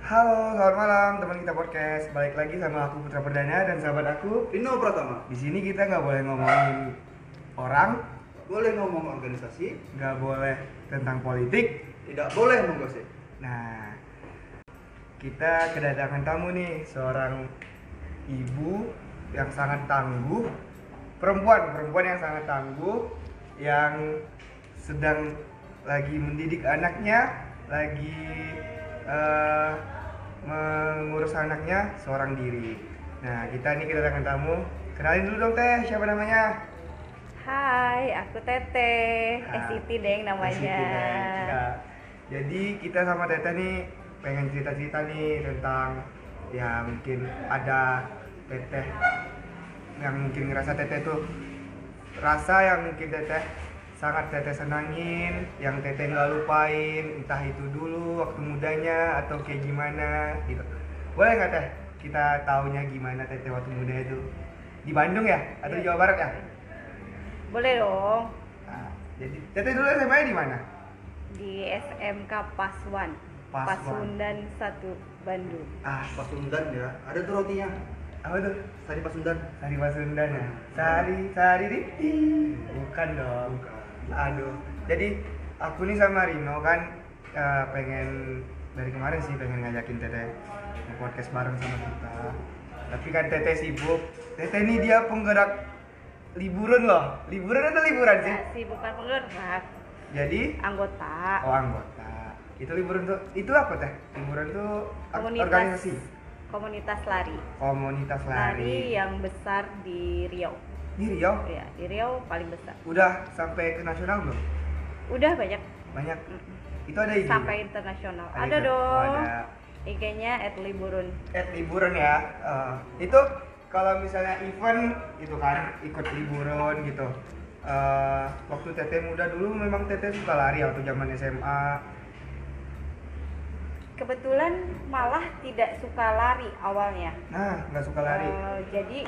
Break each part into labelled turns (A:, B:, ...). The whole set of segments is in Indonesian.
A: Halo, selamat malam teman kita podcast. Balik lagi sama aku Putra Perdana dan sahabat aku.
B: Rino Pratama,
A: Di sini kita nggak boleh ngomongin orang,
B: boleh ngomong organisasi,
A: nggak boleh tentang politik.
B: tidak boleh menggosip.
A: Nah, kita kedatangan tamu nih, seorang ibu yang sangat tangguh, perempuan, perempuan yang sangat tangguh, yang sedang lagi mendidik anaknya, lagi eh, mengurus anaknya seorang diri. Nah, kita ini kedatangan tamu. Kenalin dulu dong teh, siapa namanya?
C: Hai, aku Tete. Eh,
A: Ah,
C: Siti Deng
A: Masih
C: namanya.
A: kita, kita. Jadi kita sama Tete nih pengen cerita-cerita nih tentang ya mungkin ada Teteh yang mungkin ngerasa Teteh tuh rasa yang mungkin Teteh sangat Teteh senangin, yang Teteh nggak lupain, entah itu dulu waktu mudanya atau kayak gimana gitu. Boleh nggak Teh kita taunya gimana Teteh waktu muda itu? Di Bandung ya atau di
C: Iya.
A: Jawa Barat ya?
C: Boleh dong
A: Nah, jadi Teteh dulu SMA-nya di mana?
C: di SMK Pasuan.
A: Pasuan.
C: Pasundan 1 Bandung.
A: Ah,
B: Pasundan ya, ada tuh rotinya.
A: apa tuh?
B: Tadi Pasundan.
A: Sari Pasundan ya? Sari, sari di Bukan dong
B: Bukan.
A: Aduh Jadi aku nih sama Rino kan eh, pengen Dari kemarin sih pengen ngajakin Teteh Mau podcast bareng sama kita Tapi kan Teteh sibuk Teteh ini dia penggerak liburan loh Liburan atau liburan sih?
C: Nah, sih bukan penggerak,
A: Jadi
C: anggota
A: Oh anggota Itu liburan tuh Itu apa Teh? Liburan tuh ak-
C: komunitas
A: organisasi
C: komunitas lari.
A: Komunitas
C: Lari
A: lari,
C: yang besar di Riau.
A: Ini Riau
C: Ya, di Riau paling besar.
A: Udah sampai ke nasional belum?
C: Udah banyak
A: Banyak
C: mm,
A: Itu ada ya? IG.
C: sampai internasional.
A: Iya. Ada
C: Ada
A: IG.
C: dong.
A: Oh, ada.
C: IG-nya @liburun.
A: Eh, liburan ya. Eh, itu kalau misalnya event gitu kan ikut liburan gitu. Eh, waktu Tete muda dulu memang Tete suka lari waktu zaman SMA.
C: Kebetulan malah tidak suka lari awalnya.
A: Nah, nggak suka lari.
C: Eh, jadi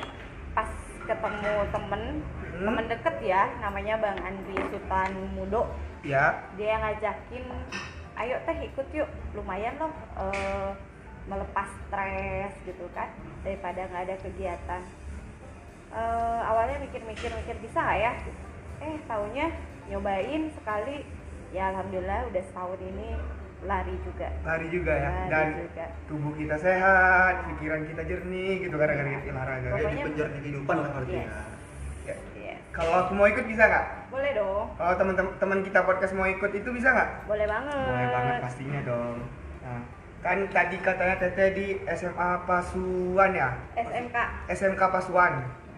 C: pas ketemu temen
A: Hmm.
C: temen deket ya namanya Bang Andri Sultan Mudo
A: Ya,
C: dia ngajakin ayo teh ikut yuk lumayan loh eh, melepas stres gitu kan daripada nggak ada kegiatan Eh, awalnya mikir-mikir mikir bisa nggak ya eh taunya nyobain sekali ya alhamdulillah udah setahun ini lari juga
A: lari juga ya.
C: Lari
A: Dan
C: juga.
A: tubuh kita sehat, pikiran kita jernih gitu gara-gara kita olahraga.
B: Kayak
C: Pokoknya-
B: di penjara kehidupan lah artinya.
C: Yes.
A: Ya.
C: Iya.
A: Kalau aku mau ikut bisa nggak?
C: boleh dong
A: Kalau teman-teman kita podcast mau ikut itu bisa nggak?
C: boleh banget
A: Boleh banget pastinya dong. Nah, kan tadi katanya Teteh di SMA Pasuruan ya?
C: SMK
A: SMK Pasuruan.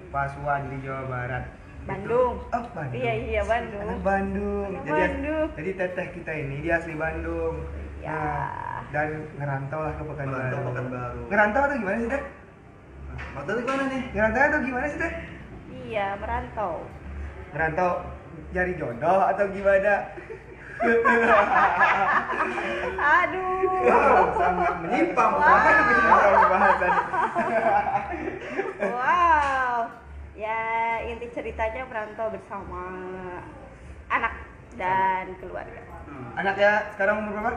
A: Pasuruan di Jawa Barat.
C: Bandung
A: Oh, Bandung.
C: Iya iya
A: Anak
C: Bandung.
A: Bandung.
C: Anak
A: jadi,
C: Bandung.
A: jadi Teteh kita ini dia asli Bandung.
C: Iya.
A: Nah, dan ngerantau lah ke Pekanbaru.
B: Merantau Pekanbaru.
A: Ngerantau atau gimana sih, Teh?
B: Nah, Mata lu gimana nih?
A: Ngerantau atau gimana sih, Teh?
C: Iya merantau.
A: Ngerantau cari jodoh atau gimana?
C: Aduh.
A: Wow, sangat menyimpang.
B: Wah.
A: Apa yang kita tahu bahasan?
C: Wow. Ya inti ceritanya merantau bersama anak dan keluarga.
B: Hmm.
A: Anaknya sekarang umur berapa?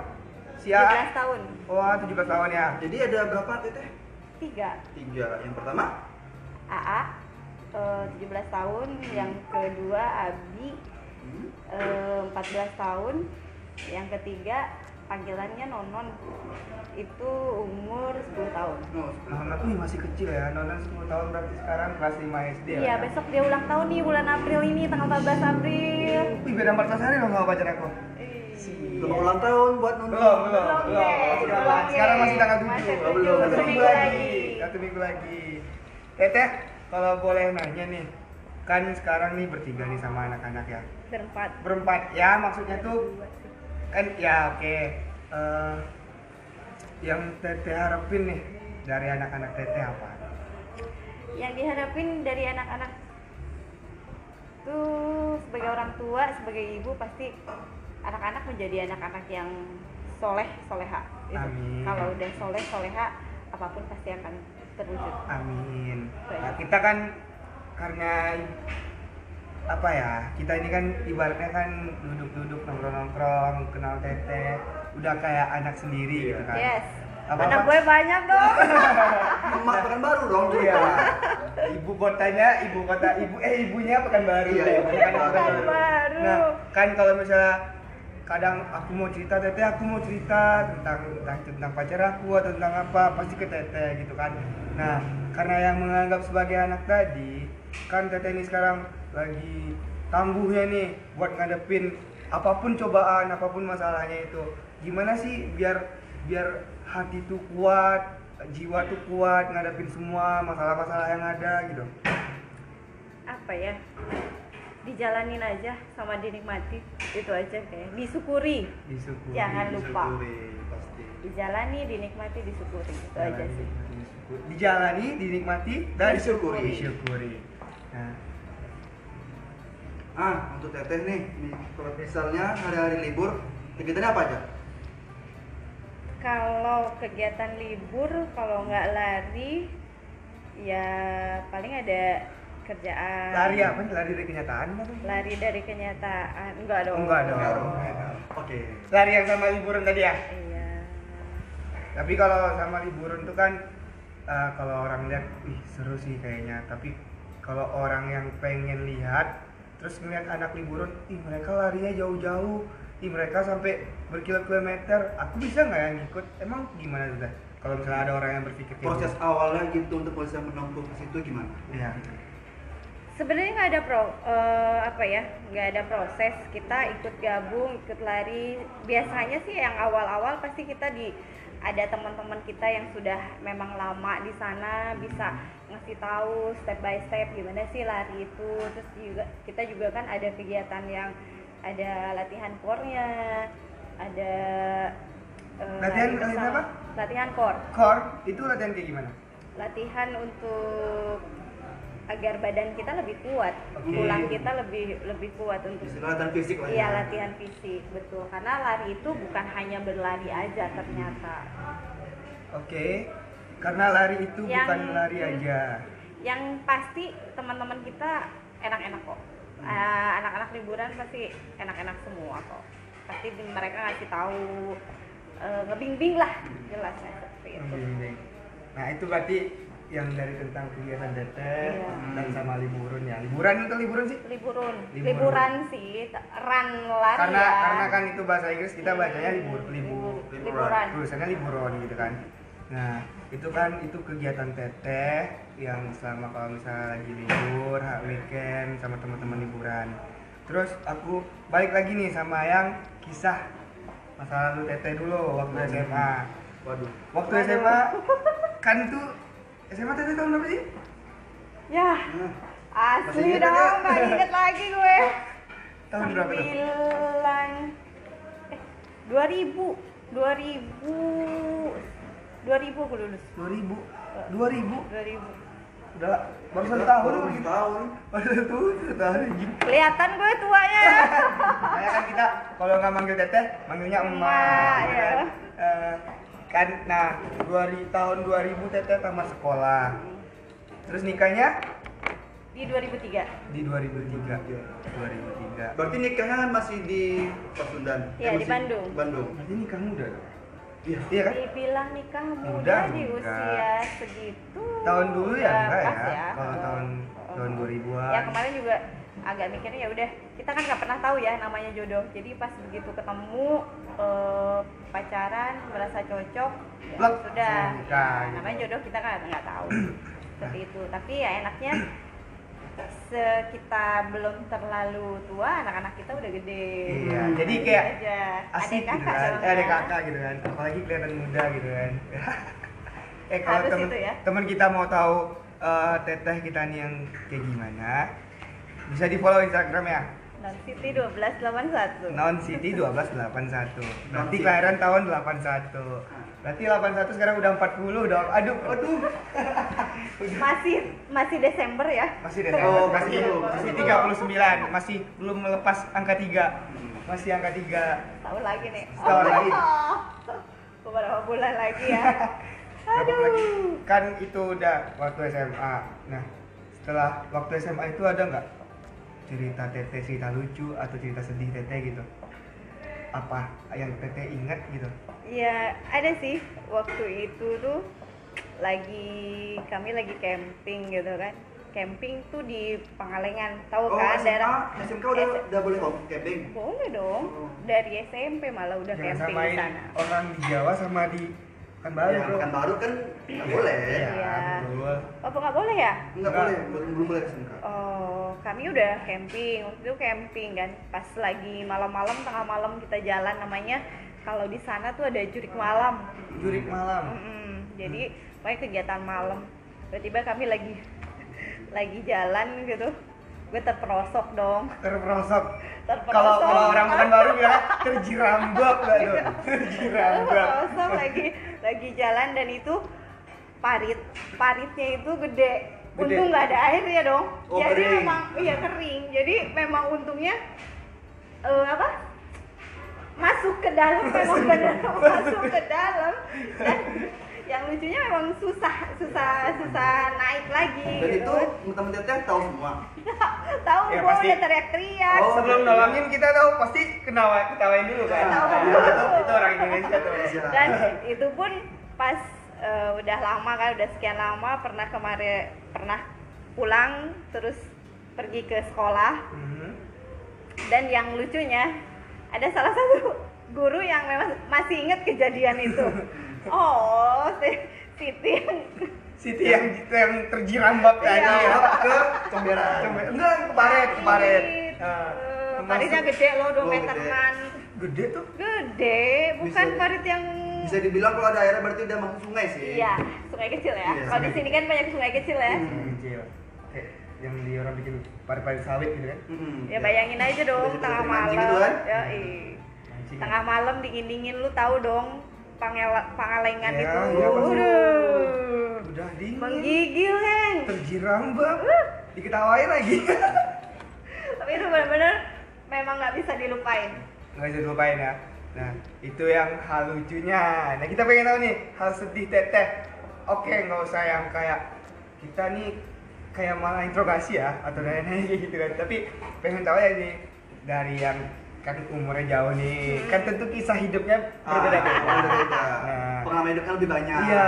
A: Sia.
C: 17 tahun.
A: Wah, 17 tahun ya.
B: Jadi ada berapa teteh?
C: 3
B: Tiga. Yang pertama,
C: AA eh, 17 tahun, yang kedua Abi
B: hmm,
C: eh, 14 tahun, yang ketiga panggilannya Nonon itu umur 10 tahun.
B: no, sepuluh.
A: Nonon wih, masih kecil ya. Nonon 10 tahun berarti sekarang kelas 5 SD ya.
C: Iya, besok dia ulang tahun nih bulan April ini tanggal 14 April.
A: Wih, beda 14 hari dong sama pacar aku.
B: Belum ulang tahun buat nonton.
A: Iya. Belum, belum,
C: Belum,
A: belum.
C: Kay.
A: Belum.
C: Belum,
A: Sekarang
C: Kay.
A: masih tanggal 7.
C: Masih
B: ya, tujuh, Belum,
A: Satu
B: satu
A: minggu
B: minggu
A: lagi. Satu minggu lagi. Teteh, kalau boleh nanya nih. Kan sekarang nih bertiga nih sama anak-anak ya.
C: Berempat.
A: Berempat ya, maksudnya tuh kan ya oke Eh, yang teteh harapin nih dari anak-anak teteh apa
C: Yang diharapin dari anak-anak tuh sebagai orang tua, sebagai ibu pasti anak-anak menjadi anak-anak yang soleh soleha. Itu.
A: Amin.
C: Kalau udah soleh soleha, apapun pasti akan terwujud.
A: amin Nah, kita kan karena apa ya kita ini kan ibaratnya kan
B: Iya.
A: duduk-duduk nongkrong-nongkrong kenal teteh udah kayak anak sendiri gitu kan
C: Yes.
A: Apa-apa?
C: anak gue banyak dong
B: Emak pekan baru dong.
A: Iya. Ibu kotanya, ibu kota, ibu eh ibunya Pekanbaru.
B: Iya,
A: ya,
B: ibunya
A: Pekanbaru.
C: Pekanbaru.
A: Nah, kan kalau misalnya kadang aku mau cerita teteh, aku mau cerita tentang tentang, tentang pacar aku atau tentang apa, pasti ke teteh gitu kan. Nah, karena yang menganggap sebagai anak tadi, kan teteh ini sekarang lagi tangguhnya nih buat ngadepin apapun cobaan, apapun masalahnya itu. Gimana sih biar biar hati tuh kuat, jiwa tuh kuat ngadepin semua masalah-masalah yang ada gitu.
C: apa ya dijalanin aja sama dinikmati itu aja kayak disyukuri
A: Disyukuri.
C: Jangan lupa.
A: disyukuri, pasti.
C: dijalani dinikmati disyukuri itu aja
A: Jalani,
C: sih
A: disyukuri. Dijalani, dinikmati dan
B: Disyukuri.
A: Disyukuri. Nah,
B: Ah, untuk teteh nih, nih kalau misalnya hari-hari libur, kegiatannya apa aja?
C: kalau kegiatan libur kalau nggak lari ya paling ada kerjaan
A: lari apa? nih? Lari dari kenyataan apa? nih?
C: lari dari kenyataan enggak dong
A: Enggak Oh, dong.
B: Enggak dong. Oke.
A: Lari yang sama liburan tadi ya?
C: iya
A: Tapi kalau sama liburan tuh kan eh, kalau orang lihat, ih seru sih kayaknya. Tapi kalau orang yang pengen lihat, terus ngeliat anak liburan, ih mereka larinya jauh-jauh, ih mereka sampai berkilo-kilometer. Aku bisa nggak yang ngikut? Emang gimana tuh Teh? Kalau misalnya ada orang yang berpikir kayak
B: Proses
A: gitu.
B: awalnya gitu untuk bisa menempuh ke situ gimana?
A: Iya.
C: sebenarnya nggak ada pro eh, apa ya nggak ada proses kita ikut gabung ikut lari biasanya sih yang awal-awal pasti kita di ada teman-teman kita yang sudah memang lama di sana bisa ngasih tahu step by step gimana sih lari itu terus juga kita juga kan ada kegiatan yang ada latihan core-nya ada eh,
A: Latihan-
C: lari
A: latihan
C: bersama-
A: apa?
C: latihan core
A: Core itu latihan kayak gimana?
C: latihan untuk agar badan kita lebih kuat,
A: Oke. ya.
C: tulang kita lebih lebih kuat untuk
B: Istilah latihan fisik lah. ya.
C: iya latihan fisik betul karena lari itu bukan hanya berlari aja ternyata
A: Oke. Karena lari itu
C: Yang-
A: bukan lari aja.
C: yang pasti teman-teman kita enak-enak kok
A: Hmm.
C: Eh, anak-anak liburan pasti enak-enak semua kok pasti di- mereka ngasih tahu eh, ngebimbing lah jelasnya seperti itu
A: Membimbing. Nah itu berarti yang dari tentang kegiatan teteh
C: Iya.
A: dan sama liburan ya. Liburan itu liburan sih?
C: liburun
A: Liburan.
C: liburan sih t- run lari
A: karena
C: ya. Iya.
A: karena kan itu bahasa Inggris kita bacanya libur libur
C: Libu- liburan
A: tulisannya liburon gitu kan nah itu kan itu kegiatan teteh yang selama kalau misalnya lagi libur ha- weekend sama teman-teman liburan terus aku balik lagi nih sama yang kisah masa lalu teteh dulu waktu
B: Hmm.
A: SMA
B: Waduh.
A: waktu
C: Waduh.
A: SMA kan itu SMA teteh tahun berapa sih
C: ya
B: Nah,
C: asli
B: Masih inget
C: dong
B: nggak?
C: nggak inget lagi gue
A: tahun berapa tuh
C: sembilan eh dua ribu dua ribu dua ribu aku lulus
A: 2000 2000
C: dua ribu
A: udah baru satu
B: kita
A: tahun
B: baru
A: gitu.
B: tahun.
A: Baru satu satu tahun anjing.
C: kelihatan gue tuanya ya
A: Makanya kan kita kalau nggak manggil teteh, manggilnya emak.
C: Emak,
B: iya.
A: ya kan?
C: ya.
A: Eh, kan, nah, 2000, tahun 2000 teteh tamat sekolah. Terus nikahnya
C: di dua ribu tiga
A: di 2003. 2003.
B: Berarti nikahnya kan masih di Pasundan.
C: Iya,
B: Eh,
C: di
B: masih-
C: Bandung.
B: Bandung.
A: Berarti nikah muda dong?
B: Iya.
A: Iya kan?
C: dibilang nikah
A: Muda,
C: muda di
A: enggak.
C: usia segitu
A: Tahun dulu ya
C: udah
A: enggak
C: pas
A: ya? Kalau
C: Heeh.
A: tahun
C: Heeh.
A: tahun 2000-an.
C: ya kemarin juga agak mikirnya ya udah kita kan nggak pernah tahu ya namanya jodoh jadi pas begitu ketemu eh, pacaran merasa cocok ya
A: Blek,
C: sudah
A: langsung nikah, gitu.
C: namanya jodoh kita kan nggak tahu seperti itu tapi ya enaknya se- kita belum terlalu tua anak-anak kita udah gede
A: Iya,
B: Hmm.
A: jadi
C: Gitu
A: kayak
C: aja.
A: asik
C: Adek
A: gitu kan
C: dong
A: eh, ada
C: ya.
A: kakak gitu kan apalagi kelihatan muda gitu kan eh kalau
C: Harus
A: temen,
C: itu ya.
A: temen kita mau tahu eh, teteh kita nih yang kayak gimana bisa di follow instagram ya
C: non city 1281
A: non city 1281 berarti
B: Non-city.
A: kelahiran tahun 81 berarti 81 sekarang udah 40 dong aduh aduh
C: masih masih Desember ya
A: masih Desember
B: Oh,
A: masih
B: belum.
A: masih 39 masih belum melepas angka 3
B: Hmm.
A: masih angka 3
C: tahun lagi nih Oh,
A: Setahun lagi.
C: beberapa bulan lagi ya
A: Dapat lagi.
C: aduh
A: Kan itu udah waktu SMA. Nah, setelah waktu SMA itu ada nggak cerita teteh cerita lucu atau cerita sedih teteh gitu? apa yang teteh ingat gitu
C: Ya ada sih waktu itu tuh lagi kami lagi camping gitu kan. Camping tuh di Pangalengan, tahu
B: Oh,
C: kan
B: SMA,
C: daerah?
B: SMK udah udah boleh kok camping.
C: Boleh dong.
B: Oh.
C: Dari SMP malah udah
A: jangan
C: camping di
A: samain
C: sana.
A: orang di Jawa sama di kan baru
B: Ya,
A: bro
B: kan baru kan nggak boleh.
A: Iya,
C: Iya.
A: betul
C: Apa nggak boleh ya?
B: Nggak boleh, belum belum boleh SMK.
C: Oh, kami udah camping. Waktu itu camping kan. Pas lagi malam-malam tengah malam kita jalan namanya kalau di sana tuh ada jurik malam.
A: jurik malam
C: Mm-mm. Jadi pokoknya kegiatan malam. Tiba-tiba kami lagi lagi jalan gitu. Gue terperosok dong.
A: terperosok
C: Terperosok.
A: kalau kalau orang bukan baru ya terjerambab gak tuh terjerambab
C: terperosok Oh, lagi lagi jalan dan itu parit paritnya itu gede.
A: Gede.
C: Untung nggak ada airnya dong.
B: Oh,
C: Jadi
B: kering.
C: memang iya kering. Jadi memang untungnya eh, apa? masuk ke dalam memang benar masuk ke dalam dan yang lucunya memang susah susah susah naik lagi
B: Dan
C: gitu
B: itu teman-teman teteh tahu semua.
C: tahu
A: Ya,
C: gua
A: pasti.
C: udah teriak-teriak
B: Oh,
A: sebelum nolongin kita tahu pasti kenawa ketawain dulu kan
C: Ketawain
A: Nah,
C: dulu.
A: itu, itu orang Indonesia tuh
C: dan itu pun pas eh, udah lama kan udah sekian lama pernah kemarin pernah pulang terus pergi ke sekolah
A: Mhm.
C: dan yang lucunya ada salah satu guru yang memang masih inget kejadian itu oh si Siti yang
A: Siti yang yang terjerambab tadi
C: Iya.
A: ya ke
B: Comberan.
A: Combe- enggak ke paret ke paret Nah,
C: Eh,
A: termasuk-
C: paritnya gede loh, 2
B: Ah, Oh,
C: meteran.
A: gede tuh
C: Gede, bukan
B: Bisa-
C: parit yang
B: Bisa dibilang kalau ada airnya berarti udah masuk sungai sih.
C: Iya, sungai kecil ya.
B: Iya,
C: Kalau di
A: sungai
C: sini kan banyak sungai kecil ya.
A: kecil kayak yang di orang bikin parit-parit sawit gitu kan
B: Mm-mm.
C: Ya bayangin aja dong
B: Udah
C: tengah
B: jadi
C: malam.
B: mancing gitu kan?
C: Ya, ih. Tengah malam dingin-dingin lu tahu dong pangel- pangalengan
A: Ya,
C: itu.
A: iya, pasti.
C: Waduh.
A: udah dingin
C: Menggigil, Heng.
A: terjerambab
C: Uh.
A: diketawain lagi
C: Tapi itu benar-benar memang nggak bisa dilupain.
A: nggak bisa dilupain ya nah itu yang hal lucunya nah kita pengen tahu nih hal sedih teteh oke nggak usah yang kayak kita nih kayak malah interogasi ya atau
B: Hmm.
A: lain-lain kayak gitu kan tapi pengen tahu ya nih dari yang kan umurnya jauh nih kan tentu kisah hidupnya
B: Hmm. Ah,
A: berbeda kan
B: berbeda.
A: Nah.
B: Pengalaman hidupnya lebih banyak.
A: iya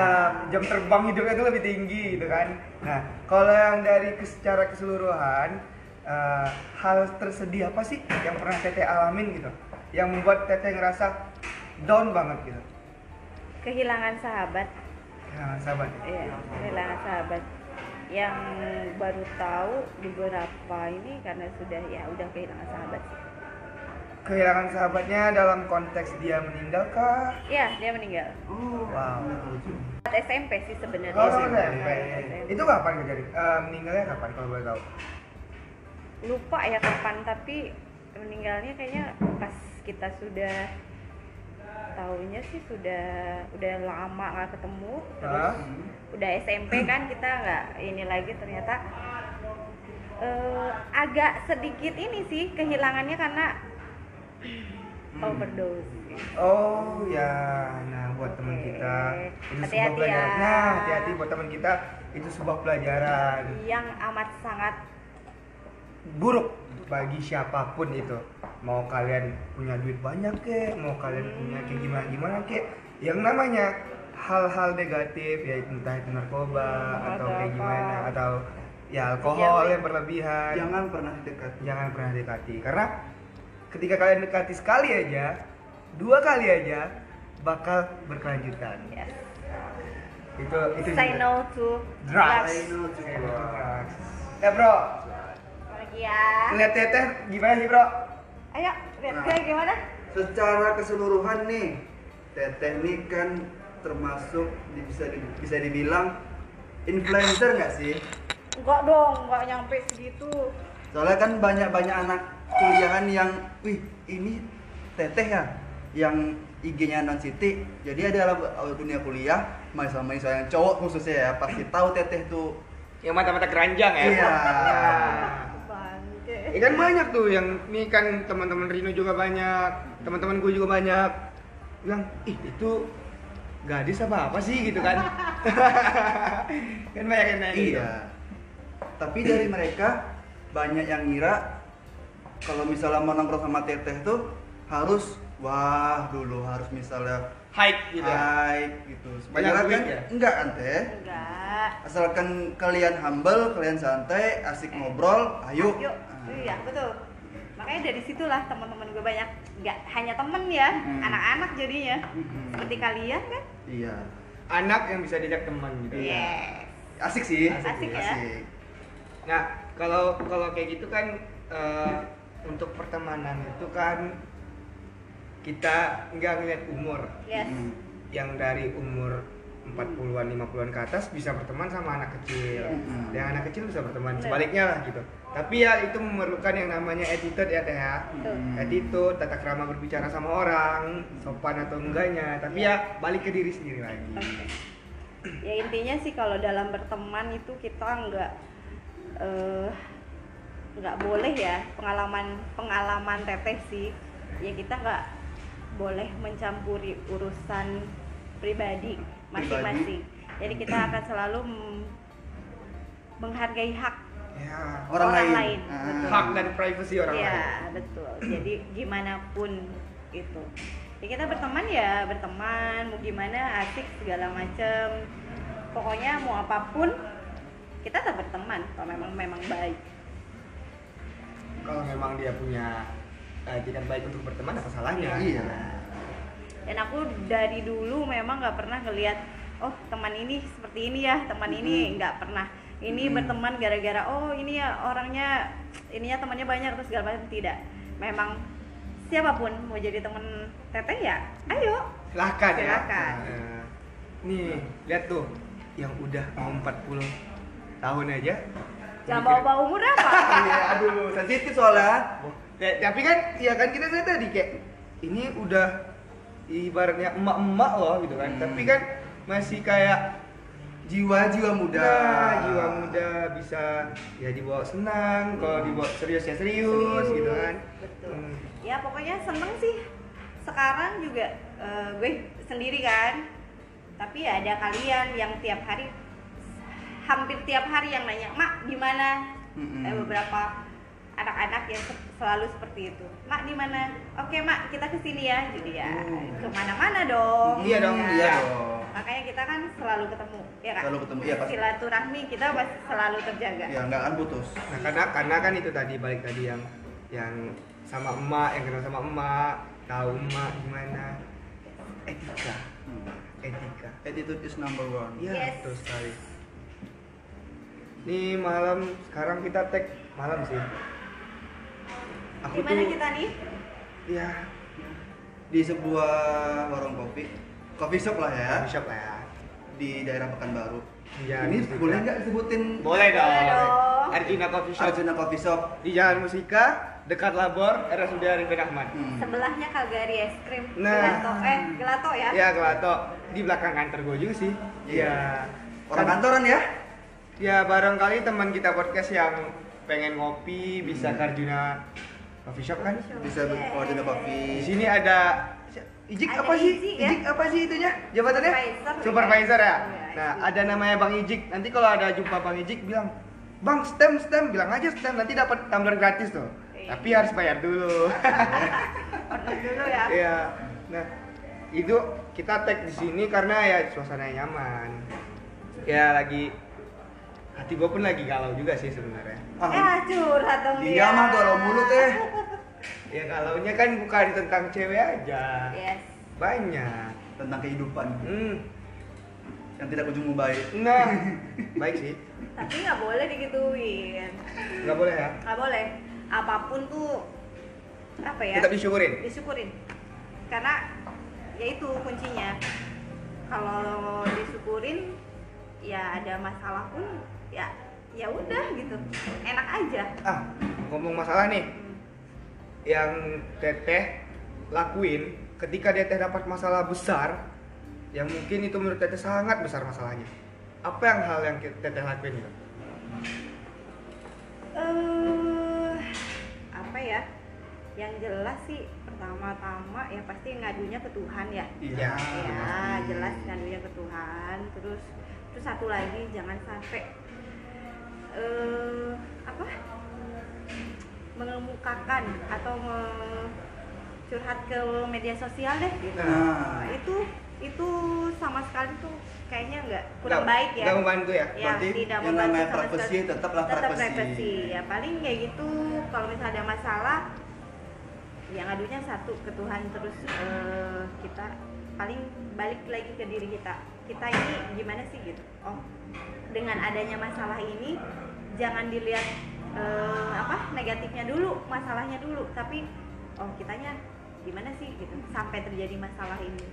A: jam terbang hidupnya tuh lebih tinggi gitu kan nah kalau yang dari kes- secara keseluruhan eh, hal tersedih apa sih yang pernah teteh alamin gitu yang membuat teteh ngerasa down banget gitu
C: Kehilangan sahabat.
A: nah, sahabat
C: Iya, kehilangan sahabat yang baru tahu beberapa ini karena sudah ya udah kehilangan sahabat.
A: kehilangan sahabatnya dalam konteks dia meninggal kah
C: Ya, dia meninggal.
B: Oh,
A: Wow.
B: lucu.
C: Saat SMP sih sebenarnya.
A: Oh,
B: SMP.
A: SMP.
C: iya,
A: Itu kapan kejadian? Eh, meninggalnya kapan kalau boleh tahu?
C: Lupa ya kapan tapi meninggalnya kayaknya pas kita sudah tahunya sih sudah udah lama nggak ketemu terus
A: Hah?
C: udah SMP kan kita nggak ini lagi ternyata eh, agak sedikit ini sih kehilangannya karena
A: Hmm.
C: overdose.
A: Oh ya, nah buat teman
C: Oke.
A: kita itu sebuah
C: Hati-hati
A: pelajaran.
C: ya.
A: Nah hati-hati buat teman kita itu sebuah pelajaran
C: yang amat sangat
A: buruk bagi siapapun itu. Mau kalian punya duit banyak kek, mau kalian punya kayak gimana gimana kek, yang namanya hal-hal negatif ya entah itu narkoba atau
C: Hmm,
A: kayak
C: atau apa. Iya,
A: gimana atau ya alkohol
C: Jangan-
A: yang berlebihan
B: Jangan pernah dekat.
A: jangan pernah dekati karena ketika kalian dekati sekali aja dua kali aja bakal berkelanjutan
C: ya.
A: itu itu
C: say
A: juga.
C: no to
A: drugs
B: Say no to
A: Say no to
B: drugs.
A: drugs. eh bro
C: lagi ya
A: lihat teteh gimana sih bro
C: ayo lihat gue gimana
B: Secara keseluruhan nih, teteh nih kan termasuk di- bisa di- bisa dibilang influencer nggak sih?
C: enggak dong enggak nyampe segitu
B: Soalnya kan banyak-banyak anak kuliahan yang, wih ini teteh ya, yang IG-nya non city. Jadi ada lab- dunia kuliah, mahasiswa-mahasiswa yang cowok khususnya ya, pasti tahu teteh tuh.
A: yang mata-mata keranjang
B: ya? Iya.
C: bangke
A: Ikan banyak tuh yang ini kan teman-teman Rino juga banyak, teman-teman gue juga banyak. Bilang, "Ih, itu gadis apa apa sih?" gitu kan. kan banyak yang nanya gitu.
B: Iya. Tapi dari mereka banyak yang ngira kalau misalnya mau nongkrong sama teteh tuh harus wah dulu harus misalnya
A: Hike gitu ya.
B: high gitu.
A: Banyak
B: Sebenarnya
A: duit
B: kan
A: ya?
B: enggak kan teh.
C: enggak
B: Asalkan kalian humble, kalian santai, asik
C: Eh.
B: ngobrol, ayo.
C: yuk
B: Ah.
C: iya betul makanya dari situlah teman-teman gue banyak nggak hanya temen ya
B: Hmm.
C: anak-anak jadinya seperti kalian kan
B: Ah. Iya.
A: Anak yang bisa diajak teman gitu.
B: Iya.
C: yes
B: Asik sih.
C: Asik ya?
B: Asik.
A: Nah, kalau kalau kayak gitu kan eh, untuk pertemanan itu kan kita nggak ngeliat umur.
C: yes
B: Mm.
A: Yang dari umur 40-an, 50-an ke atas bisa berteman sama anak kecil.
B: Mm.
A: Dan anak kecil bisa berteman
C: Bener.
A: sebaliknya lah gitu. Tapi ya itu memerlukan yang namanya attitude ya Teh ya.
C: Betul.
B: Mm.
A: Attitude, tata krama berbicara sama orang, sopan atau enggaknya. Tapi ya balik ke diri sendiri lagi.
C: Oke. ya intinya sih kalau dalam berteman itu kita nggak eh, nggak boleh ya pengalaman pengalaman teteh sih ya kita nggak boleh mencampuri urusan pribadi masing-masing jadi kita akan selalu mm, menghargai hak
A: Ya.
B: Orang, lain.
C: Orang lain,
B: Ah.
C: betul.
A: Hak dan privasi Iya, orang
C: ya
A: lain.
C: betul jadi gimana pun itu ya kita berteman ya berteman mau gimana asik segala macem pokoknya mau apapun kita tetap berteman kalau memang memang baik
A: kalau memang dia punya eh, tidak baik untuk berteman apa salahnya Nah,
B: Iya.
C: dan aku dari dulu memang nggak pernah ngelihat oh teman ini seperti ini ya teman ini nggak pernah ini
B: Mhm.
C: berteman gara-gara oh ini ya orangnya ininya temannya banyak terus segala macam tidak memang siapapun mau jadi temen teteh ya ayo
A: silahkan ya
C: Silahkan.
A: Nah, nih lihat tuh yang udah mau 40 tahun aja
C: jangan bawa-bawa umur apa
B: Iya, aduh, sensitif soalnya.
A: Ya, tapi kan ya kan kita dari tadi kayak ini udah ibaratnya emak-emak loh gitu kan
B: Hmm.
A: tapi kan masih kayak
B: Jiwa-jiwa muda.
A: muda
C: Nah.
A: Nah, jiwa muda bisa ya dibawa senang
C: Hmm.
A: kalau dibawa serius ya serius, gitu kan
C: betul
A: Hmm.
C: ya pokoknya seneng sih sekarang juga eh, gue sendiri kan tapi ya ada kalian yang tiap hari hampir tiap hari yang nanya mak di mana
B: Mm-mm.
C: Eh, beberapa anak-anak yang se- selalu seperti itu mak di mana oke mak kita kesini ya jadi ya
B: Hmm.
C: kemana-mana dong
B: Iya dong,
C: ya.
B: iya dong.
C: makanya kita kan selalu ketemu ya kan
B: Selalu ketemu, iya, pasti.
C: silaturahmi kita pasti selalu terjaga
B: Ya nggak akan putus.
A: Nah, karena karena kan itu tadi balik tadi yang yang sama emak, yang kenal sama emak, tahu emak gimana. Etika, etika.
B: Hmm. Attitude is number one.
A: Iya,
C: Yes.
A: betul sekali. Nih malam sekarang kita tag malam sih.
B: Aku
C: gimana
B: tuh
C: kita nih
A: Iya,
B: di sebuah warung kopi, coffee shop lah ya,
A: coffee shop lah ya.
B: di daerah Pekanbaru.
A: Iya,
B: Ini
A: Mustika.
B: boleh nggak disebutin
A: Boleh dong.
C: Boleh dong.
A: Arjuna Coffee Shop
B: Arjuna Coffee Shop?
A: di Jalan Musika, dekat Labor, RSUD Arifin Ahmad.
B: Hmm.
C: sebelahnya Kalgari es krim
A: Nah.
C: gelato eh gelato ya
A: Iya, Gelato. Di belakang kantor gue juga sih.
B: Iya.
A: Iya.
B: Orang kantoran ya?
A: Ya barangkali teman kita podcast yang pengen ngopi bisa
B: Hmm.
A: ke Arjuna Coffee Shop kan?
B: Bisa ber-
C: Yes.
B: Arjuna
A: Di
B: Coffee.
A: sini ada Ijik
C: Ada
A: apa sih?
C: Ijik ya?
A: Ijik apa sih itunya? Jabatannya?
C: Supervisor.
A: Supervisor ya.
C: Iya,
A: Nah,
C: Ijik.
A: ada namanya Bang Ijik. Nanti kalau ada jumpa Bang Ijik bilang, "Bang, stem stem." Bilang aja stem nanti dapat tumbler gratis tuh.
C: Iya.
A: Tapi harus bayar dulu.
C: Order dulu ya
B: Eh,
A: Iya. Nah, itu kita tag di sini karena ya suasananya nyaman. Ya lagi hati gue pun lagi galau juga sih sebenarnya.
C: ya
B: Ah, iya,
C: curhat dong
B: dia mah galau mulu teh.
A: Ya galaunya kan bukan tentang cewek aja.
C: yes
A: Banyak.
B: Tentang kehidupan
A: Hmm.
B: yang tidak kunjung membaik.
A: Nah, baik sih.
C: tapi nggak boleh digituin
A: Nggak boleh ya.
C: nggak boleh apapun tuh apa ya
A: Tetap disyukurin.
C: disyukurin karena ya itu kuncinya kalau disyukurin ya ada masalah pun ya ya udah gitu enak aja
A: Ah, ngomong masalah nih. Yang teteh lakuin ketika teteh dapat masalah besar yang mungkin itu menurut teteh sangat besar masalahnya. Apa yang hal yang teteh lakuin gitu?
C: eh apa ya yang jelas sih pertama-tama ya pasti ngadunya ke Tuhan ya
A: Ya.
C: ya jelas ngadunya ke Tuhan terus terus satu lagi jangan sampai eh apa mengemukakan atau me- curhat ke media sosial deh gitu.
B: Nah.
C: Nah, itu itu sama sekali tuh kayaknya nggak kurang
A: Nggak-
C: baik ya.
A: nggak membantu ya?
C: Ya,
B: Berarti
C: tidak
B: yang
C: membantu
B: namanya
C: sama
B: privacy
C: sekali.
B: tetaplah
C: tetap
B: privacy.
C: privacy. Ya paling kayak gitu kalau misalnya ada masalah ya ngadunya satu ke Tuhan terus eh, kita paling balik lagi ke diri kita. Kita ini gimana sih gitu. Oh, dengan adanya masalah ini jangan dilihat eh, apa negatifnya dulu masalahnya dulu tapi oh kitanya gimana sih gitu sampai terjadi masalah ini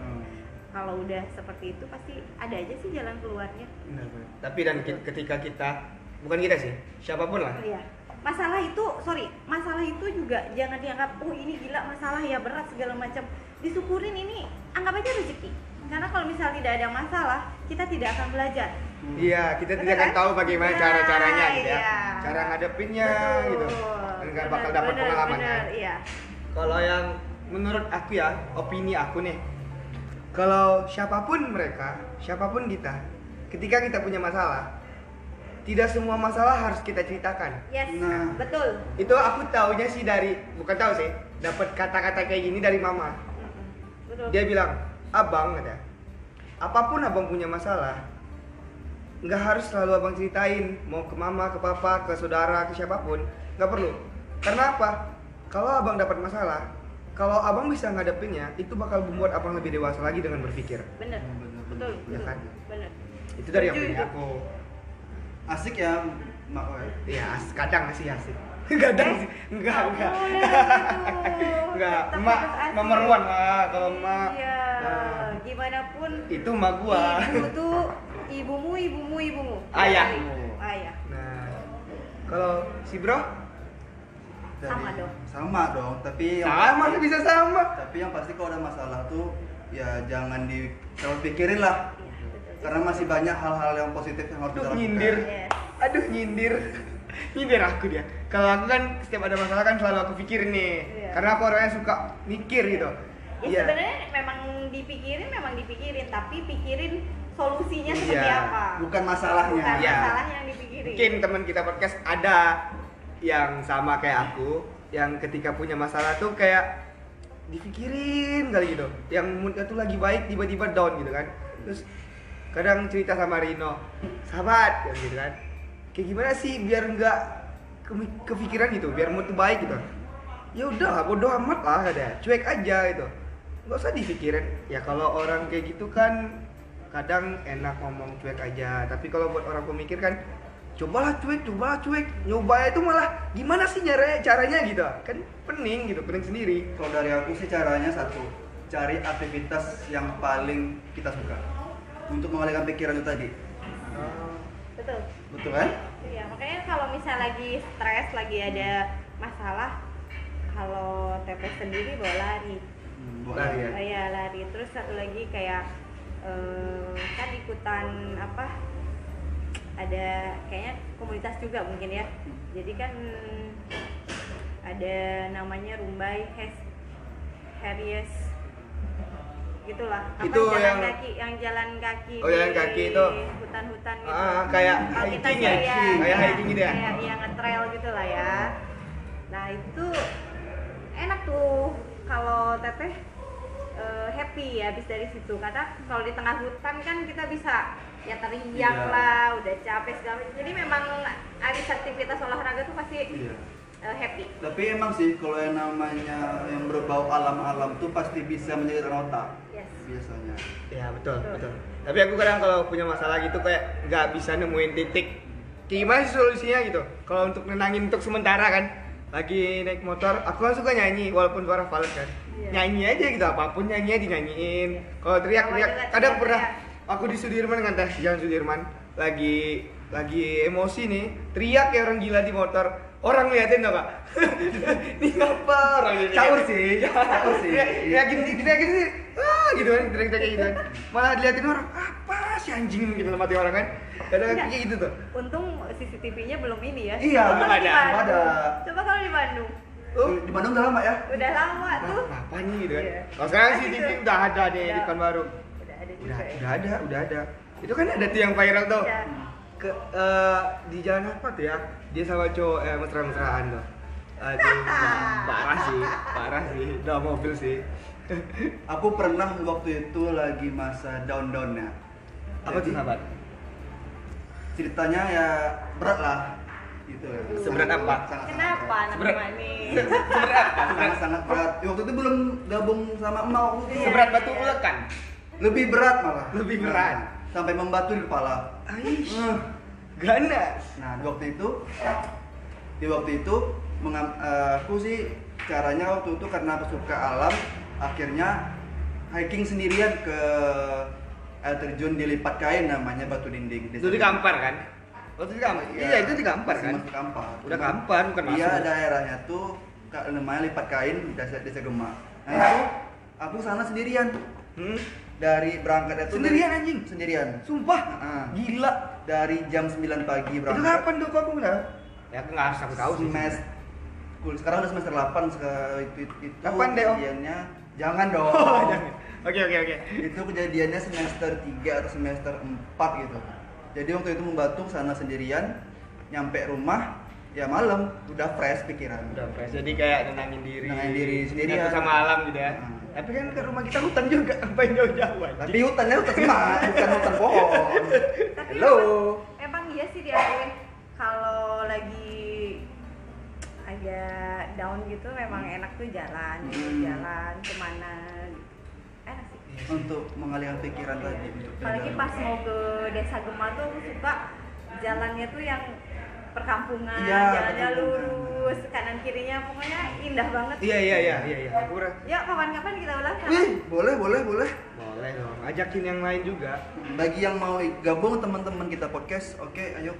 B: Hmm.
C: kalau udah seperti itu pasti ada aja sih jalan keluarnya
A: Benar, benar. Tapi dan ki- ketika kita bukan kita sih, siapapun lah.
C: iya masalah itu sorry masalah itu juga jangan dianggap oh ini gila masalah ya berat segala macam disyukurin ini anggap aja rezeki karena kalau misalnya tidak ada masalah kita tidak akan belajar
A: Iya, kita tidak akan
C: Benar.
A: tahu bagaimana
C: Nah,
A: cara-caranya gitu ya.
C: iya.
A: Cara ngadepinnya gitu. Dan nggak
C: Benar,
A: bakal dapat ya.
C: benar,
A: pengalamannya.
C: benar, iya
A: Kalau yang menurut aku ya, opini aku nih. Kalau siapapun mereka, siapapun kita, ketika kita punya masalah, tidak semua masalah harus kita ceritakan.
C: yes
B: Nah.
C: betul
A: Itu aku taunya sih dari bukan tahu sih, dapat kata-kata kayak gini dari mama.
C: Mm-mm. betul
A: dia bilang abang ada apapun abang punya masalah nggak harus selalu abang ceritain mau ke mama ke papa ke saudara ke siapapun nggak perlu karena apa kalau abang dapat masalah kalau abang bisa ngadepinnya itu bakal membuat abang lebih dewasa lagi dengan berpikir
B: Hmm,
C: bener
B: Bener, bener.
C: betul
A: Iya
C: betul
A: kan?
C: bener
A: itu dari yang
C: Setuju ya?
A: punya
C: itu.
A: aku
B: Asik ya, Mak Oe.
A: ya as- kadang sih asik kadang sih
C: Eh,
A: enggak
C: Ya
A: enggak enggak emak nomor one lah kalau emak
C: iya
A: Nah,
C: gimana pun
A: itu emak gua
C: ibu tuh ibumu ibumu ibumu
A: Ayahmu.
C: ayah
A: nah kalau si bro
C: Sama
B: Dari-
C: dong.
B: Sama dong, tapi yang
A: sama
B: pasti-
A: bisa sama
B: Tapi yang pasti kalau ada masalah tuh ya jangan di terlalu pikirin lah.
C: Iya, betul.
B: Karena masih banyak hal-hal yang positif yang harus
A: Aduh,
B: kita lakukan.
A: nyindir.
C: Yes.
A: aduh nyindir nyindir aku dia kalau aku kan setiap ada masalah kan selalu aku pikirin nih
C: Iya.
A: karena aku orangnya suka mikir gitu
C: ya sebenarnya memang dipikirin memang dipikirin tapi pikirin solusinya seperti
A: Iya.
C: apa
B: Bukan masalahnya.
C: Ah. bukan
A: Iya.
C: masalah yang dipikirin
A: mungkin teman kita podcast ada yang sama kayak aku yang ketika punya masalah tuh kayak dipikirin kali gitu yang moodnya tuh lagi baik tiba-tiba down gitu kan terus kadang cerita sama Rino sahabat kan gitu kan kayak gimana sih biar nggak kemi- kepikiran gitu biar mood tuh baik gitu ya udah bodoh amat lah ada cuek aja gitu nggak usah dipikirin ya kalau orang kayak gitu kan kadang enak ngomong cuek aja tapi kalau buat orang pemikir kan cobalah cuek cobalah cuek nyoba itu malah gimana sih caranya caranya gitu kan pening gitu pening sendiri
B: Kalau dari aku sih caranya satu, cari aktivitas yang paling kita suka untuk mengalihkan pikiran itu tadi.
C: betul
B: Betul kan?
C: Iya, makanya kalau misal lagi stres, lagi ada masalah, kalau TP sendiri boleh lari.
B: Hmm, buat
A: Nah,
B: lari.
A: iya.
C: Oh iya, lari. Terus satu lagi kayak eh, kan ikutan apa? Ada kayaknya komunitas juga mungkin ya. Jadi kan ada namanya Rumbai Hes Harries gitulah apa
A: Itu
C: jalan
A: yang-
C: kaki yang jalan kaki
A: Oh, jalan
C: di
A: kaki itu.
C: hutan-hutan gitu
A: Ah, kayak
C: kalau kita
A: hiking ya?
C: sih,
A: Kayak hiking gitu ya?
C: kayak yang nge-trail gitu lah ya nah itu enak tuh kalau teteh eh, happy ya habis dari situ karena kalau di tengah hutan kan kita bisa ya teriak
B: Iya.
C: lah udah capek segala macam. jadi memang habis aktivitas olahraga tuh pasti
B: Iya.
C: eh, happy
B: Tapi emang sih kalau yang namanya yang berbau alam-alam tuh pasti bisa menyegarkan otak
C: yes
B: biasanya.
A: ya betul
C: Betul.
A: betul tapi aku kadang kalau punya masalah gitu kayak nggak bisa nemuin titik kayak gimana sih solusinya gitu kalau untuk nenangin untuk sementara kan lagi naik motor aku kan suka nyanyi walaupun suara fals kan
C: Iya.
A: nyanyi aja gitu apapun nyanyinya dinyanyiin
C: Iya.
A: kalau teriak teriak
C: Awalnya nggak
A: kadang pernah
C: teriak-teriak.
A: aku di Sudirman kan tas jalan Sudirman lagi lagi emosi nih teriak ya orang gila di motor orang liatin tau gak? ini apa orang ini?
B: Caur sih, caur sih.
A: Ya, ya gini gini gini, gini ah gitu kan teriak teriak kayak gitu kan malah diliatin orang apa sih anjing gitu mati orang kan kadang
C: Iya.
A: kayak gitu tuh
C: untung CCTV-nya belum ini ya
B: Iya,
C: Coba kalau
A: belum
C: di
A: ada,
B: belum
C: Bandung.
B: ada.
C: coba kalau di Bandung
A: oh
B: Di Bandung udah lama ya?
C: udah lama tuh
A: nah, apa nih gitu kan
C: Iya.
A: kalau sekarang
C: Nah,
A: sih
C: gitu.
A: TV udah ada nih
C: Udah.
A: di Pekanbaru
C: udah ada
A: udah
C: juga ya
A: udah ada udah ada itu kan ada tuh yang viral tuh
C: Udah.
A: ke eh, di jalan apa tuh ya dia sama cowok eh, mesra-mesraan tuh Eh, Aduh, pa- parah sih, parah sih. Udah mobil sih.
B: Aku pernah waktu itu lagi masa down-downnya.
A: Apa tuh
B: Jadi,
A: sahabat?
B: Ceritanya ya berat lah. Gitu.
A: Seberat
B: Sangat-
A: apa?
B: sangat-
C: Kenapa anak
A: Seberat.
C: manis?
B: sangat- Sangat-sangat berat. Ya, Waktu itu belum gabung sama emak waktu
C: Iya.
B: itu.
A: Seberat batu ulekan.
B: Lebih berat malah. Nah,
A: Lebih berat.
B: Sampai membatu di kepala.
A: Aish,
B: Eh.
A: ganas.
B: Nah, di waktu itu di waktu itu mengam- eh, aku sih caranya waktu itu karena aku suka alam, akhirnya hiking sendirian ke air terjun di lipat kain namanya Batu Dinding.
A: Itu di Kampar kan? Oh, itu di Kampar. Iya, itu di Kampar kan?
B: Masuk Kampar.
A: Udah Kampar, bukan
B: Iya,
A: masuk.
B: daerahnya tuh ka- namanya lipat kain desa desa Gemak. Nah, itu aku sana sendirian
A: Hmm?
B: dari berangkat itu
A: Sendirian, anjing?
B: sendirian
A: Sumpah.
B: Heeh.
A: Gila.
B: dari jam 9 pagi
A: Itu
B: berangkat
A: kapan tuh aku udah? Ya aku nggak sampai tahu sih.
B: semester kul sekarang udah semester 8 sekarang itu itu
A: Kapan, Deo?
B: kejadiannya jangan dong
A: Oh, Oke, oke, oke.
B: itu kejadiannya semester 3 atau semester 4 gitu jadi waktu itu membatuk sana sendirian nyampe rumah ya malam udah fresh pikiran
A: Udah fresh. Jadi kayak nenangin diri.
B: Nenangin diri sendiri
A: Satu
B: ya.
A: sama alam gitu ya.
B: Hmm.
A: Tapi kan ke rumah kita hutan juga, ngapain jauh-jauh
B: tapi hutannya hutan semak bukan hutan pohon
C: Tapi
B: hello
C: Emang, emang iya sih dia Awe. kalau lagi agak down gitu memang enak tuh jalan, gitu,
B: Hmm.
C: jalan kemana gitu. enak sih.
B: Iya, untuk mengalihkan pikiran tadi untuk
C: Apalagi
B: jalan.
C: pas mau ke Desa Gema tuh aku suka jalannya tuh yang perkampungan,
B: Iya,
C: jalannya
B: perkampungan.
C: lurus, kanan kirinya pokoknya indah banget.
A: Iya, iya, iya, iya, iya. Aku udah
C: Ya kapan-kapan kita ulang kan?
B: Wih, boleh boleh boleh
A: boleh dong. Ajakin yang lain juga.
B: bagi yang mau gabung teman-teman kita podcast oke ayo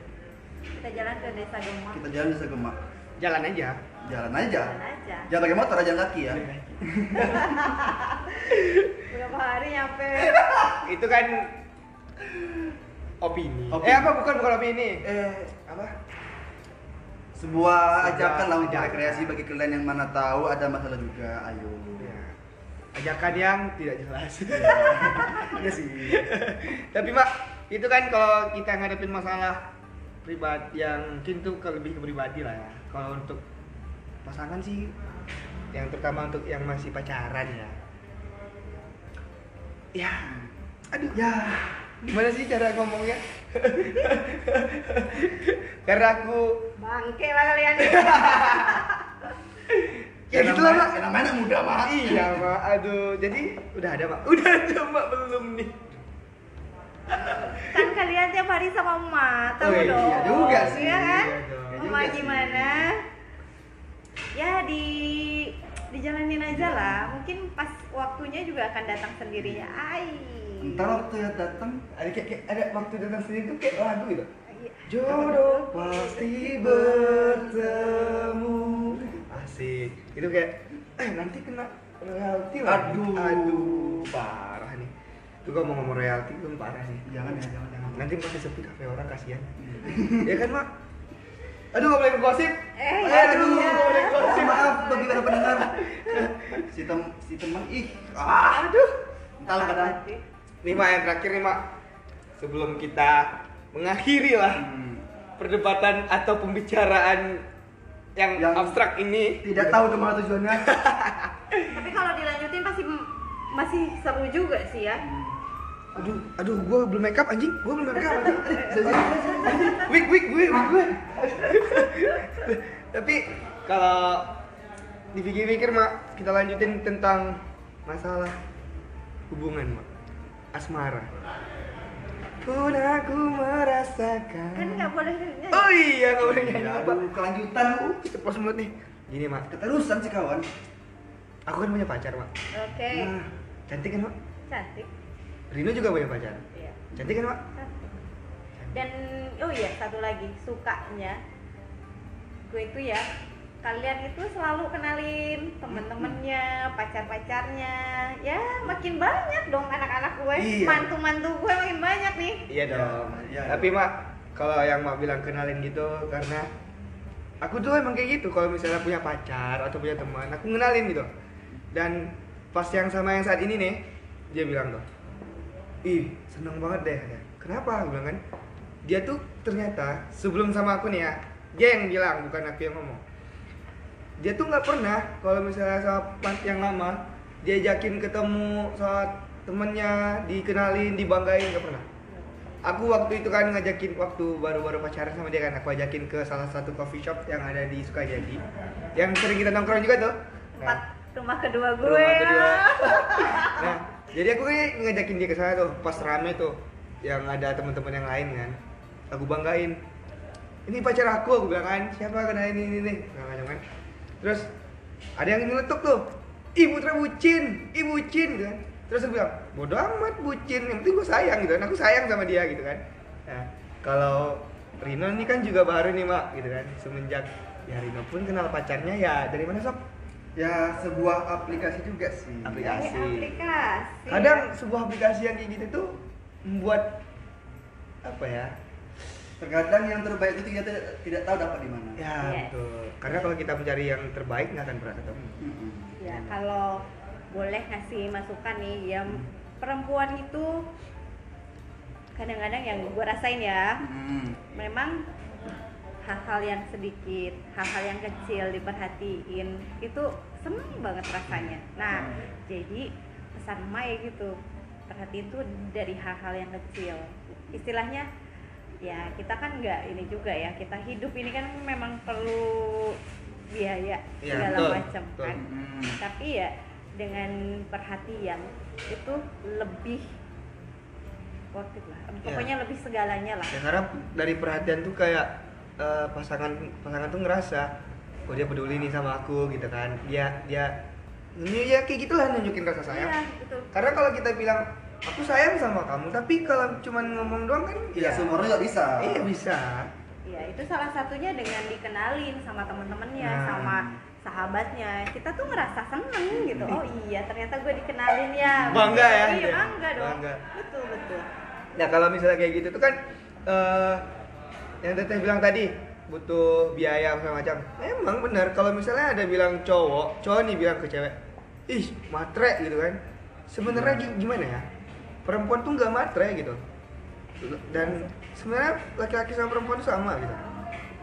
C: Kita jalan ke Desa Gema.
B: kita jalan di segemak
A: Jalan aja.
B: jalan aja
C: Jalan aja.
B: Jangan pakai motor, jalan kaki
A: Iya.
B: ya.
C: Berapa hari nyampe?
A: Itu kan opini.
B: Opini.
A: Eh apa bukan bukan opini.
B: Eh,
A: Apa?
B: sebuah
A: Sebuah
B: ajakan lah untuk
A: ajakan.
B: rekreasi bagi kalian yang mana tahu ada masalah juga. Ayo.
A: Ya. Ajakan yang tidak jelas.
B: Iya sih.
A: Tapi Mak, itu kan kalau kita ngadepin masalah pribadi yang mungkin tuh ke lebih ke pribadi lah ya. Kalau untuk pasangan sih yang terutama untuk yang masih pacaran ya. Ya, aduh
B: Ya,
A: gimana sih cara ngomongnya? Karena aku
C: Bangke lah kalian.
A: ya
B: Yang
A: gitu lah
B: namanya-
A: Mak.
B: yang namanya muda, Mak.
A: Iya Mak, aduh. Jadi udah ada Mak. Udah ada Mak belum nih.
C: kan kalian tiap hari sama emak tahu
A: Wih,
C: dong
A: iya juga sih,
C: Iya kan
A: iya dong. Iya
C: emak
B: juga sih.
C: gimana ya di dijalanin
A: Iya.
C: aja lah mungkin pas waktunya juga akan datang sendirinya ai
B: Ntar waktu yang datang
A: Ada kayak, kayak ada waktu datang sendiri tuh kayak lagu gitu.
C: Iya.
A: Jodoh pasti bertemu. Asik. Itu kayak eh nanti kena royalti lagi.
B: Aduh.
A: aduh, parah nih. Itu gua mau ngomong royalti itu parah sih.
B: jangan ya, jangan jangan.
A: Nanti masih sepi kafe orang kasihan. ya kan, Mak? Aduh, gak boleh gosip.
C: eh
B: Eh,
C: ya
B: aduh,
C: iya.
A: boleh kok.
B: Maaf, maaf bagi para pendengar. Si tem si teman ih. Ah, aduh. Entar lah kadang.
C: Apa sih?
A: Nih, Mak, yang terakhir nih, Mak. Sebelum kita mengakhiri lah
B: Hmm.
A: perdebatan atau pembicaraan yang,
B: Yang-
A: abstrak ini.
B: Tidak tahu kemana tujuannya.
C: tapi kalau dilanjutin pasti m- masih seru juga sih ya
A: Aduh, aduh, gue belum makeup anjing, gue belum makeup. anjing.
B: Saya- saya- saya- saya-
A: Wik, wik, wik, wik, wik. Tapi kalau dipikir-pikir mak, kita lanjutin tentang masalah hubungan mak, asmara. Pun aku merasakan.
C: kan nggak boleh nyanyi.
A: Oh iya, nggak boleh nyanyi
B: Ya,
A: apa?
B: Aduh, kelanjutan Bu.
A: Ceplos mulut nih. Gini mak,
B: keterusan sih kawan.
A: aku kan punya pacar mak.
C: oke
A: Nah, cantik kan mak?
C: cantik
A: Rino juga punya pacar.
C: Iya.
A: Cantik kan mak?
C: dan oh iya satu lagi sukanya gue itu ya kalian itu selalu kenalin temen-temennya pacar-pacarnya ya makin banyak dong anak-anak gue
B: Iya.
C: mantu-mantu gue makin banyak nih
A: Iya
B: Ya,
A: dong.
B: ya,
A: Tapi
B: ya.
A: mak kalau yang mak bilang kenalin gitu karena aku tuh emang kayak gitu kalau misalnya punya pacar atau punya teman aku kenalin gitu. Dan pas yang sama yang saat ini nih dia bilang tuh, ih seneng banget deh. katanya. Kenapa? Aku bilang kan. Dia tuh ternyata sebelum sama aku nih ya dia yang bilang bukan aku yang ngomong. dia tuh nggak pernah kalau misalnya sahabat yang lama diajakin ketemu saat temennya dikenalin dibanggain nggak pernah aku waktu itu kan ngajakin waktu baru-baru pacaran sama dia kan aku ajakin ke salah satu coffee shop yang ada di Sukajadi yang sering kita nongkrong juga tuh Nah,
C: tempat rumah kedua gue
A: Iya. rumah kedua. nah, jadi aku kayak ngajakin dia ke sana tuh pas rame tuh yang ada teman-teman yang lain kan. Aku banggain. Ini pacar aku, aku bilang kan, siapa kena ini ini ini. Nah, macam kan. Terus ada yang ngeletuk tuh. Ih Putra bucin, ih bucin gitu kan. Terus aku bilang, bodoh amat bucin, yang penting gue sayang gitu kan. Aku sayang sama dia gitu kan. Nah, kalau Rino ini kan juga baru nih, Mak, gitu kan. Semenjak ya Rino pun kenal pacarnya ya dari mana sob?
B: ya sebuah aplikasi juga sih
C: ini
A: Aplikasi. Iya,
C: aplikasi
A: kadang sebuah aplikasi yang kayak gitu tuh membuat apa ya
B: terkadang yang terbaik itu kita tidak- tidak tahu dapat di mana
A: ya
C: Iya.
A: betul karena kalau kita mencari yang terbaik nggak akan pernah ketemu
B: Mm-mm.
C: ya kalau boleh ngasih masukan nih yang
A: Hmm.
C: perempuan itu kadang-kadang yang gue rasain ya
B: Mm.
C: memang hal-hal yang sedikit, hal-hal yang kecil diperhatiin itu seneng banget rasanya. Nah, jadi pesan Mai gitu, perhati itu dari hal-hal yang kecil. Istilahnya ya kita kan nggak ini juga ya, kita hidup ini kan memang perlu biaya
A: Iya,
C: segala
A: betul,
C: macam
A: betul.
C: kan.
B: Mm.
C: Tapi ya dengan perhatian itu lebih worth it lah.
A: Iya.
C: Pokoknya lebih segalanya lah.
A: ya karena dari perhatian tuh kayak eh, pasangan pasangan tuh ngerasa oh dia peduli nih sama aku gitu kan dia dia ini ya kayak gitulah nunjukin rasa sayang
C: Iya, betul.
A: karena kalau kita bilang aku sayang sama kamu tapi kalau cuman ngomong doang kan
B: tidak semua orang Ya, juga bisa
A: iya bisa
C: Iya, itu salah satunya dengan dikenalin sama temen-temennya,
A: Nah.
C: sama sahabatnya. Kita tuh ngerasa seneng gitu. Oh iya, ternyata gue dikenalin ya.
A: Bangga ya?
C: Iya, bangga dong.
A: Bangga.
C: Betul, betul.
A: Nah kalau misalnya kayak gitu tuh kan eh yang teteh bilang tadi butuh biaya macam macam. Memang benar kalau misalnya ada bilang cowok, cowok nih bilang ke cewek, ih matre gitu kan. Sebenarnya
C: Iya.
A: gi- gimana ya? Perempuan tuh nggak matre gitu. Dan sebenarnya laki-laki sama perempuan tuh sama gitu.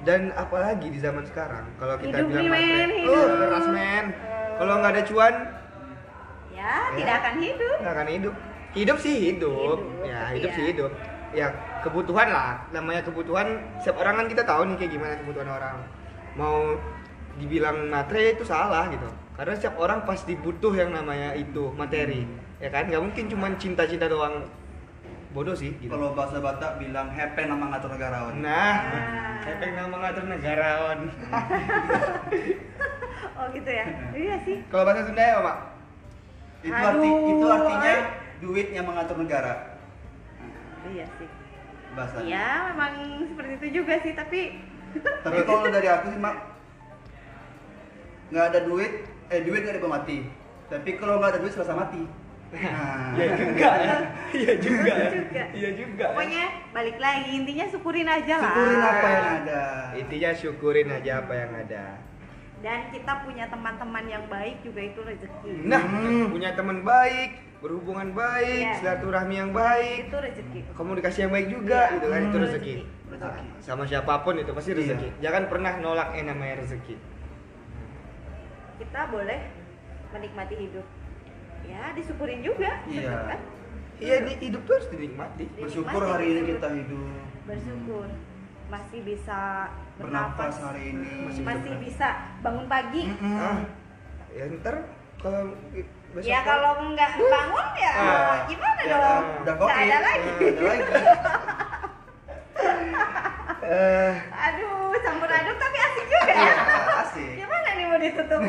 A: Dan apalagi di zaman sekarang kalau kita
C: Hidup
A: bilang
C: nih,
A: matre,
C: men,
A: "Oh,
C: hidup."
A: keras men. Kalau nggak ada cuan
C: Ya, tidak akan hidup.
A: nggak akan hidup hidup sih hidup,
C: Hidup,
A: ya
C: tapi
A: hidup
C: ya.
A: sih hidup ya kebutuhan lah namanya kebutuhan setiap orang kan kita tahu nih kayak gimana kebutuhan orang mau dibilang materi itu salah gitu karena setiap orang pasti butuh yang namanya itu materi ya kan nggak mungkin cuman cinta-cinta doang bodoh sih gitu
B: kalau bahasa Batak bilang hepen sama ngatur negarawan
A: nah
C: Ah.
A: saya pengen nama ngatur negarawan
C: Oh gitu ya.
A: Nah.
C: Iya sih.
A: kalau bahasa Sunda ya pak
B: itu arti itu
C: Aduh.
B: artinya
A: eh.
B: duit yang mengatur negara
C: Iya sih.
A: Nah.
B: bahasanya
C: Iya, memang seperti itu juga sih, tapi
B: tapi kalau dari aku sih mak nggak ada duit eh duit nggak dibawa mati tapi kalau nggak ada duit selasa mati nah
A: iya juga ya iya juga ya.
C: Juga.
A: iya juga ya.
C: pokoknya balik lagi intinya syukurin aja lah.
B: Nah, syukurin apa yang ada
A: intinya syukurin aja apa yang ada
C: Dan kita punya teman-teman yang baik juga itu rezeki.
A: Nah,
B: Hmm.
A: punya teman baik, berhubungan baik,
C: Iya.
A: silaturahmi yang baik,
C: Itu rezeki.
A: komunikasi yang baik
C: Iya.
A: juga, gitu kan itu
B: Hmm.
A: rezeki.
B: Rezeki.
A: Sama siapapun itu pasti
B: Iya.
A: rezeki. Jangan pernah nolak yang namanya rezeki.
C: kita boleh menikmati hidup ya disyukurin juga
B: Iya.
C: bener kan?
A: Iya, ini hidup tuh harus dinikmati.
B: bersyukur hari ini kita hidup
C: bersyukur masih bisa
B: Hmm. bernafas
C: bernafas
B: hari ini Iya. Hmm.
A: Masih
C: masih bisa bangun pagi
B: Mm-mm.
A: Ah, ya ntar kalau besok
C: ya kalau nggak bangun ya
A: Ah.
C: gimana
B: Ya,
C: dong
B: udah
C: nggak
B: covid.
C: ada lagi
B: Nggak ada lagi.
A: Eh,
C: aduh campur aduk tapi asik juga ya
B: Iya. asik
C: gimana nih mau ditutup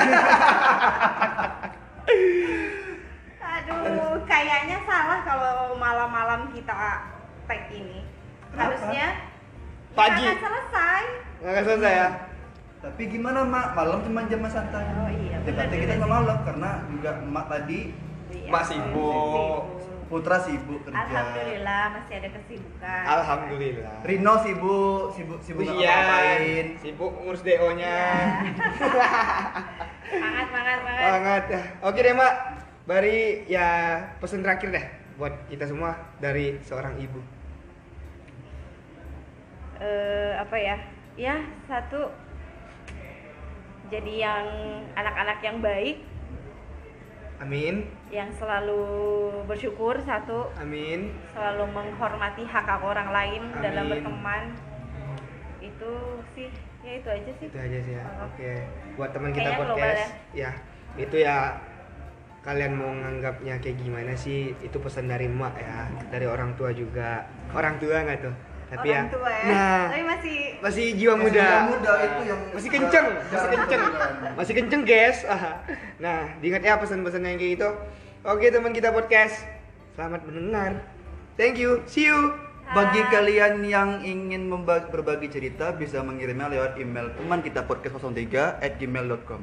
C: aduh kayaknya salah kalau malam-malam kita tag ini
B: Kenapa?
C: harusnya ya,
A: Pagi.
C: akan selesai
A: nggak akan selesai ya.
B: Tapi gimana mak, malam cuma jam santai.
C: Oh iya,
B: Tapi
C: benar juga
B: kita
C: sih.
B: nggak malam karena juga emak tadi
C: Iya.
A: Mak sibuk.
C: Sibuk.
B: Putra sibuk kerja.
C: Alhamdulillah masih ada kesibukan.
A: Alhamdulillah.
B: Rino sibuk, sibuk sibuk nggak
A: Ujian,
B: ngapain.
A: sibuk ngurus DO-nya.
C: Iya. Semangat, semangat, semangat.
A: Banget. Oke deh, Mak. Bari ya pesan terakhir deh buat kita semua dari seorang ibu.
C: Eh, apa ya? Ya, satu jadi yang anak-anak yang baik
A: Amin,
C: yang selalu bersyukur satu
A: amin.
C: selalu menghormati hak hak orang lain dalam
A: Amin.
C: berteman itu sih ya itu aja sih
A: Itu aja sih ya.
C: Oh.
A: Oke. Buat teman kita
C: Kayaknya
A: podcast, ya itu ya kalian mau nganggapnya kayak gimana sih? Itu pesan dari emak ya, dari orang tua juga. Orang tua nggak tuh? Tapi
C: orang
A: ya,
C: tua ya
A: Nah,
C: tapi masih
A: masih jiwa
B: Yang
A: muda.
B: yang muda itu yang
A: Masih kenceng, masih
B: jarang
A: kenceng.
B: kedengaran.
A: Masih kenceng guys. Ah. Nah, diingat ya pesan-pesan yang kayak gitu. Oke teman kita podcast. Selamat mendengar. Thank you. See you.
B: Bagi kalian yang ingin membagi, berbagi cerita bisa mengirimnya lewat email teman kita podcast 03 at gmail.com.